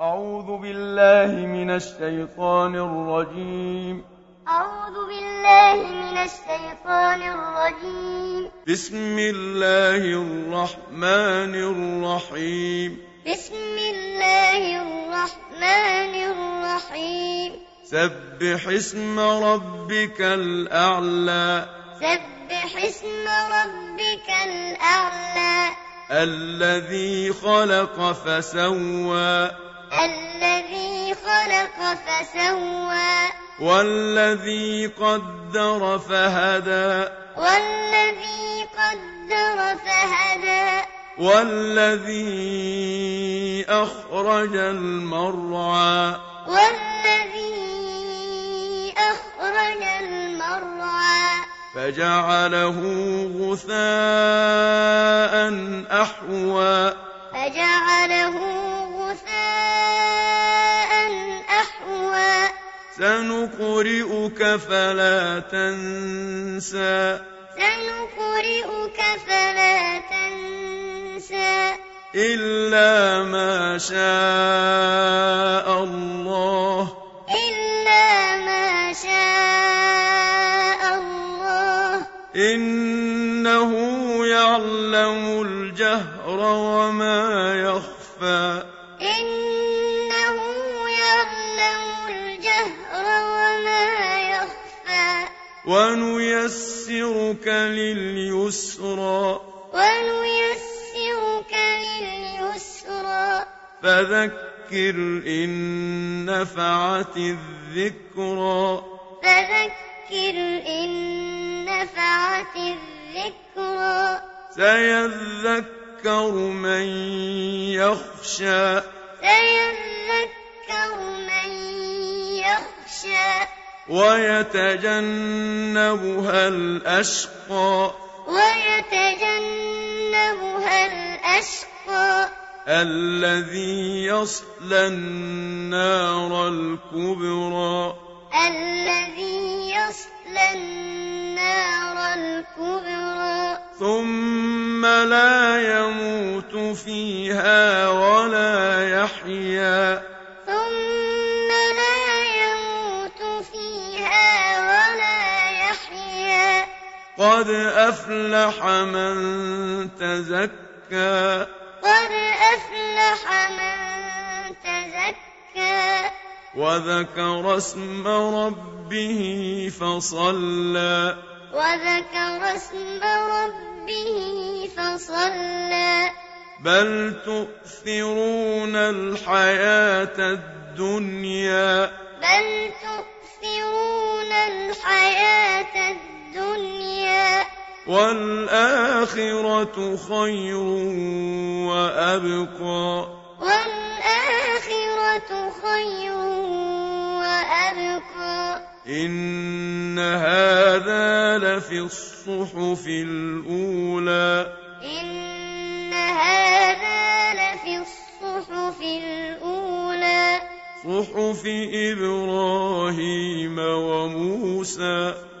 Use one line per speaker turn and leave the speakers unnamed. أعوذ بالله من الشيطان الرجيم
أعوذ بالله من الشيطان الرجيم
بسم الله الرحمن الرحيم
بسم الله الرحمن الرحيم
سبح اسم ربك الأعلى
سبح اسم ربك الأعلى
الذي خلق فسوى
الذي خلق فسوى
والذي قدر فهدى
والذي قدر فهدى
والذي أخرج المرعى
والذي أخرج المرعى
فجعله غثاء أحوى
فجعله غثاء أحوى
سنقرئك فلا تنسى
سنقرئك فلا تنسى
إلا ما شاء الله
إلا ما شاء الله
إنه يعلم الجهر وما يخفى
إنه يعلم الجهر وما يخفى
ونيسرك لليسرى
ونيسرك لليسرى
فذكر إن نفعت الذكرى
فذكر إن نفعت الذكرى
سيذكر من يخشى
سيذكر من يخشى
ويتجنبها الأشقى
ويتجنبها الأشقى
الذي يصلى النار الكبرى
الذي يصلى النار الكبرى
ثم لا يموت فيها ولا يحيا
ثم لا يموت فيها ولا يحيا
قد أفلح من تزكى
قد أفلح من تزكى
وذكر اسم ربه فصلى
وذكر اسم ربه فصلى
بل تؤثرون الحياة الدنيا
بل تؤثرون الحياة الدنيا
والآخرة خير وأبقى
والآخرة خير وأبقى
إن هذا لفي الصحف الأولى
إن هذا لفي الصحف الأولى
صحف إبراهيم وموسى